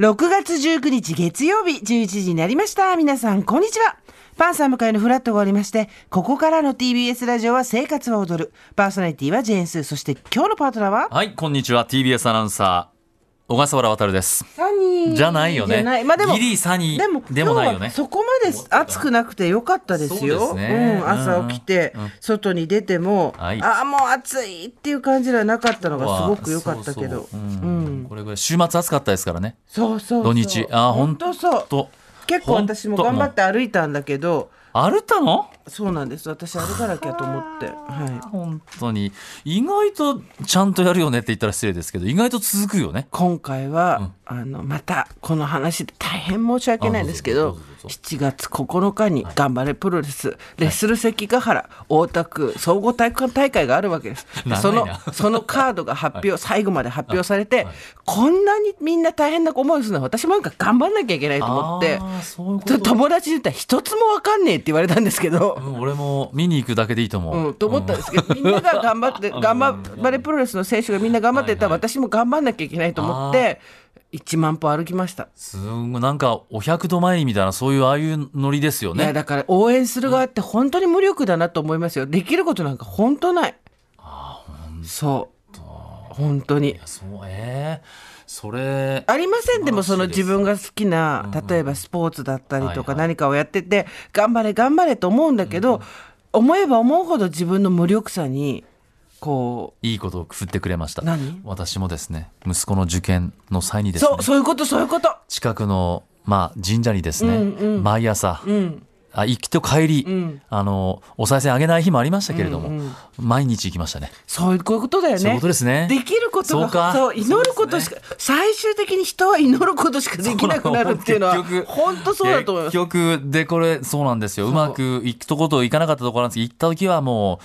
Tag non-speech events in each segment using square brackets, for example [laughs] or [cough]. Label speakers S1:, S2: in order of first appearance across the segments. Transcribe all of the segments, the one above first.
S1: 6月19日月曜日11時になりました。皆さん、こんにちは。パンサー向かいのフラットがありまして、ここからの TBS ラジオは生活は踊る。パーソナリティはジェーンスー。そして今日のパートナーは
S2: はい、こんにちは。TBS アナウンサー、小笠原渉です。
S1: サニー。
S2: じゃないよね。
S1: まあでも、
S2: ギリサニー
S1: でも
S2: でもないよ
S1: 今日は
S2: ね。
S1: そこまで暑くなくてよかったですよ。
S2: そうですね
S1: うん、朝起きて、
S2: うんうん
S1: 外に出ても、
S2: はい
S1: ああ、もう暑いっていう感じではなかったのがすごく良かったけ
S2: そ
S1: ど
S2: う。そうう
S1: うん
S2: んこれぐらい週末暑かったですからね。
S1: そうそうそ
S2: 土
S1: う。
S2: 日。あー、ほん
S1: 本
S2: と
S1: 当そう。
S2: と。。
S1: 結構私も頑張ってて歩いたんだけど、
S2: 歩いたの
S1: そうなんです。私歩かなきゃと思って。はい。
S2: 本当に。意外とちゃんとやるよねって言ったら失礼ですけど、意外と続くよね。
S1: 今回は、あの、また、この話で大変申し訳ないんですけ
S2: あ
S1: ど
S2: どうぞどうぞ、
S1: 7月9日に、頑張れプロレス、レッスル関ヶ原、大田区総合体育館大会があるわけです。で
S2: 長いな
S1: その、そのカードが発表、最後まで発表されて、こんなにみんな大変な思いするのは、私もなんか頑張んなきゃいけないと思って
S2: あ、ーそういうこ
S1: ちょ
S2: と。
S1: 友達に言ったら一つもわかんねえって言われたんですけど
S2: う。ん俺も見に行くだけでいいと思う。
S1: うん、と思ったんですけど、みんなが頑張って、頑張れプロレスの選手がみんな頑張ってたら、
S2: はい
S1: 私も頑張んなきゃいけないと思って、1万歩歩きました。
S2: すんごい、なんか、お百度参りみたいな、そういう、ああいうノリですよ
S1: いや、
S2: ね。
S1: だから応援する側って本当に無力だなと思いますよ。できることなんか本当ない。そう。本当に。
S2: そう、えー、それ、
S1: ありませんでもその
S2: 素晴らし
S1: 自
S2: いです
S1: 分が好きな例えばスポーツだったりとか
S2: はいは
S1: 何かをやってて頑張れ頑張れと思うんだけど思えば思うほど自分の無力さにこ
S2: いいことを振ってくれました。
S1: 何
S2: 私もですね、息子の受験の際に
S1: う
S2: ですね
S1: そう、そういうことそういうこと
S2: 近くの、まあ、神社にですね、
S1: うんうん
S2: 毎朝、
S1: うん
S2: あ行きと帰り、
S1: うん
S2: あの、お賽銭あげない日もありましたけれども、
S1: うんうん
S2: 毎日行きましたね。
S1: そういうこういうことだよね。
S2: そういうことですね
S1: できることが
S2: そうか
S1: 祈ることしか、最終的に人は祈ることしかできなくなるっていうのは
S2: そう結局
S1: 本当そうだと思います。
S2: 結局、で、これ、そうなんですよ。うまく行くとこと行かなかったところなんですけど、行った時はもう、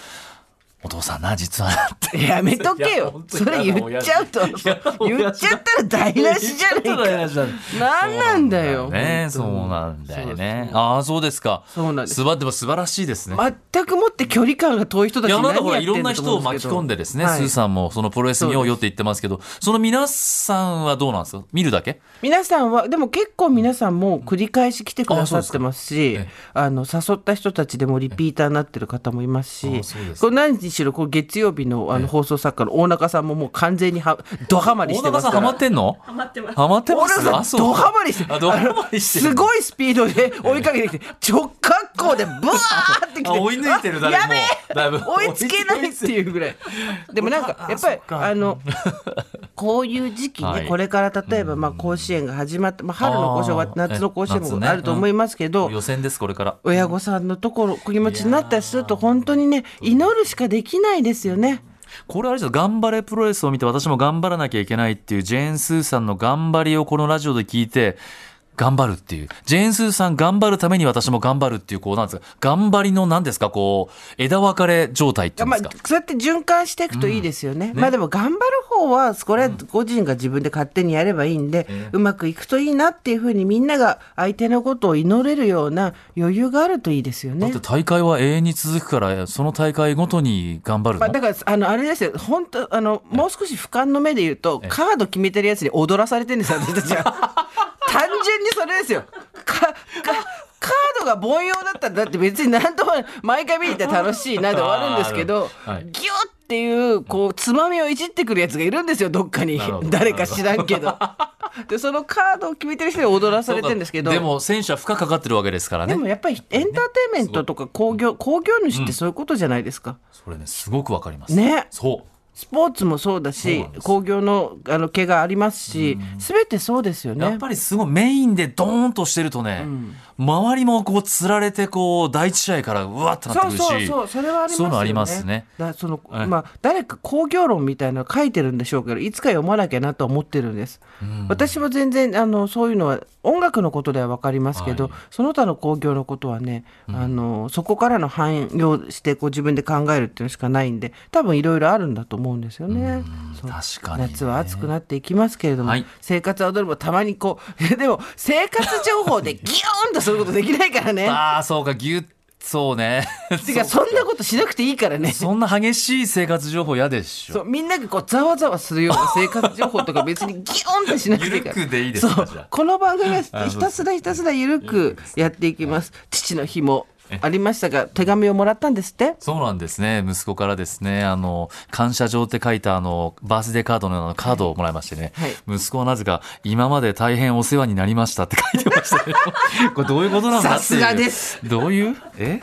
S2: お父さんな、実はなって。
S1: やめとけ
S2: いや
S1: よ
S2: 本。当
S1: そ
S2: に
S1: れ言っちゃうと、言っ
S2: い
S1: ちゃ
S2: や
S1: った
S2: もうやだ
S1: ら台無しじゃねえか。なんなんだよ。
S2: ね、そ
S1: 本当に
S2: うなんだよね。
S1: そうそう
S2: ああ、そうですか。
S1: そうなんです
S2: すば、でも素晴らしいですね。
S1: 全くもって距離感が遠い人た
S2: い
S1: ち
S2: や、
S1: に
S2: あな
S1: 何
S2: たほ
S1: や
S2: ら、い
S1: って
S2: ろん
S1: ん
S2: な
S1: だと
S2: 人
S1: 思
S2: を
S1: うんで
S2: 巻
S1: す
S2: き
S1: けど
S2: 込んでですね、
S1: はい
S2: スーさんもそのプロレス見ようよって言ってますけど、その皆さんはどうなんですか見るだけ
S1: 皆さんはでも結構皆さんも繰り返し来てくださってますし
S2: あそうです
S1: あの誘った人たちでもリピーターになってる方もいますし
S2: あそうです
S1: これ何にしろこう月曜日のあの放送作家の大中さんももう完全にはドハマり
S2: 大
S1: してま
S2: 中
S1: す
S2: さん
S1: か
S2: ハマ
S1: ら
S2: っ。てんのハマってます。ハマってま
S1: 大
S2: す
S1: 中さんドハマりして
S2: あ、ドハマりして
S1: す
S2: い
S1: ごいスピードで追いかけてきて直角行でブワーってきて
S2: あ追い抜いてるだ
S1: あやべ
S2: もうだいぶ
S1: え [laughs] 追いつけないっていうぐらいでもなんかやっぱりあの [laughs] こういう時期ね、
S2: はい
S1: これから例えばまあ甲子園が始まって、まあ、春の甲子園は
S2: あー
S1: 夏の甲子園
S2: え夏
S1: も
S2: ね
S1: あると思いますけど、
S2: 予選です、これから。
S1: 親御さんのところお気持ちになったりすると本当にね祈るしかできないですよね。
S2: これあれですよ頑張れプロレスを見て私も頑張らなきゃいけないっていうジェーン・スーさんの頑張りをこのラジオで聞いて、頑張るっていう。ジェーン・スーさん頑張るために私も頑張るっていう、こうなんですか、頑張りの何ですか、こう、枝分かれ状態っていうん
S1: ま
S2: で
S1: あ
S2: すか。、
S1: そうやって循環していくといいですよね。まあでも頑張る方は、これは個人が自分で勝手にやればいいんで、うまくいくといいなっていうふうにみんなが相手のことを祈れるような余裕があるといいですよ
S2: だ
S1: ね
S2: っ。て大会は永遠に続くから、その大会ごとに頑張る
S1: ま
S2: の、
S1: あ、だから、あの、あれですよ、本当あの、もう少し俯瞰の目で言うと、カード決めてるやつに踊らされてるんですよ、私たちは。
S2: [laughs]
S1: 単純にそれですよ。か、か、カードが凡庸だったら、だって別に何とも、毎回見に行ったら楽しいなで終わるんですけど、
S2: あーはい
S1: ギュッっていう、こう、つまみをいじってくるやつがいるんですよ、どっかに
S2: なるほ。ど
S1: 誰か知らんけど。で、そのカードを決めてる人に踊らされてるんですけど。
S2: でも選手は負荷かかってるわけですから
S1: で
S2: ね。
S1: もやっぱりエンターテインメントとか工業、工業主ってそういうことじゃないですか。
S2: それね、すごくわかります。
S1: ね
S2: そう。
S1: スポーツもそうだ
S2: そう
S1: し
S2: なんで、す
S1: 工業のあの怪がありますし、すべてそうですよ
S2: や
S1: ね
S2: っ。ぱりすごいメインでドーンとしてるとね、周りもこうつられてこう第一試合からうわってなって
S1: そう
S2: くるし
S1: そうそう、それはありますよね。
S2: そういうのありますね
S1: だからその、
S2: はい
S1: まあ、誰か工業論みたいなの書いてるんでしょうけど、いつか読まなきゃなとは思ってるんです。私は全然、あの、そういうのは、音楽のことではわかりますけど、
S2: はい
S1: その他の工業のことはね、あの、そこからの汎用して、こう自分で考えるっていうのしかないんで、多分いろいろあるんだと思うんですよね。そう
S2: 確かにね
S1: 夏は暑くなっていきますけれども、
S2: はい
S1: 生活は踊るもたまに [laughs] こう、でも、生活情報でギューンとすることできないからね。
S2: ああそうかギュッそう
S1: [laughs]
S2: ね。
S1: てかそんなことしなくていいからね
S2: そんな激しい生活情報嫌でし
S1: そう
S2: ょ。
S1: みんながこうざわざわするような生活情報とか別にギヨンってしなくていいから
S2: ゆるくでいいですか
S1: そう
S2: じゃあ
S1: この番組はひ
S2: あそう
S1: たすらひたすらゆるくやっていきます父の日もありましたが手紙をもらったんですって
S2: そうなんですね。息子からですね、あの、感謝状って書いたあの、バースデーカードのようなカードをもらいましてね。
S1: はい
S2: 息子はなぜか、今まで大変
S1: [laughs]
S2: お世話になりましたって書いてましたけど、これどういうことなんだってい
S1: さ
S2: う。
S1: すがです。
S2: どういうえ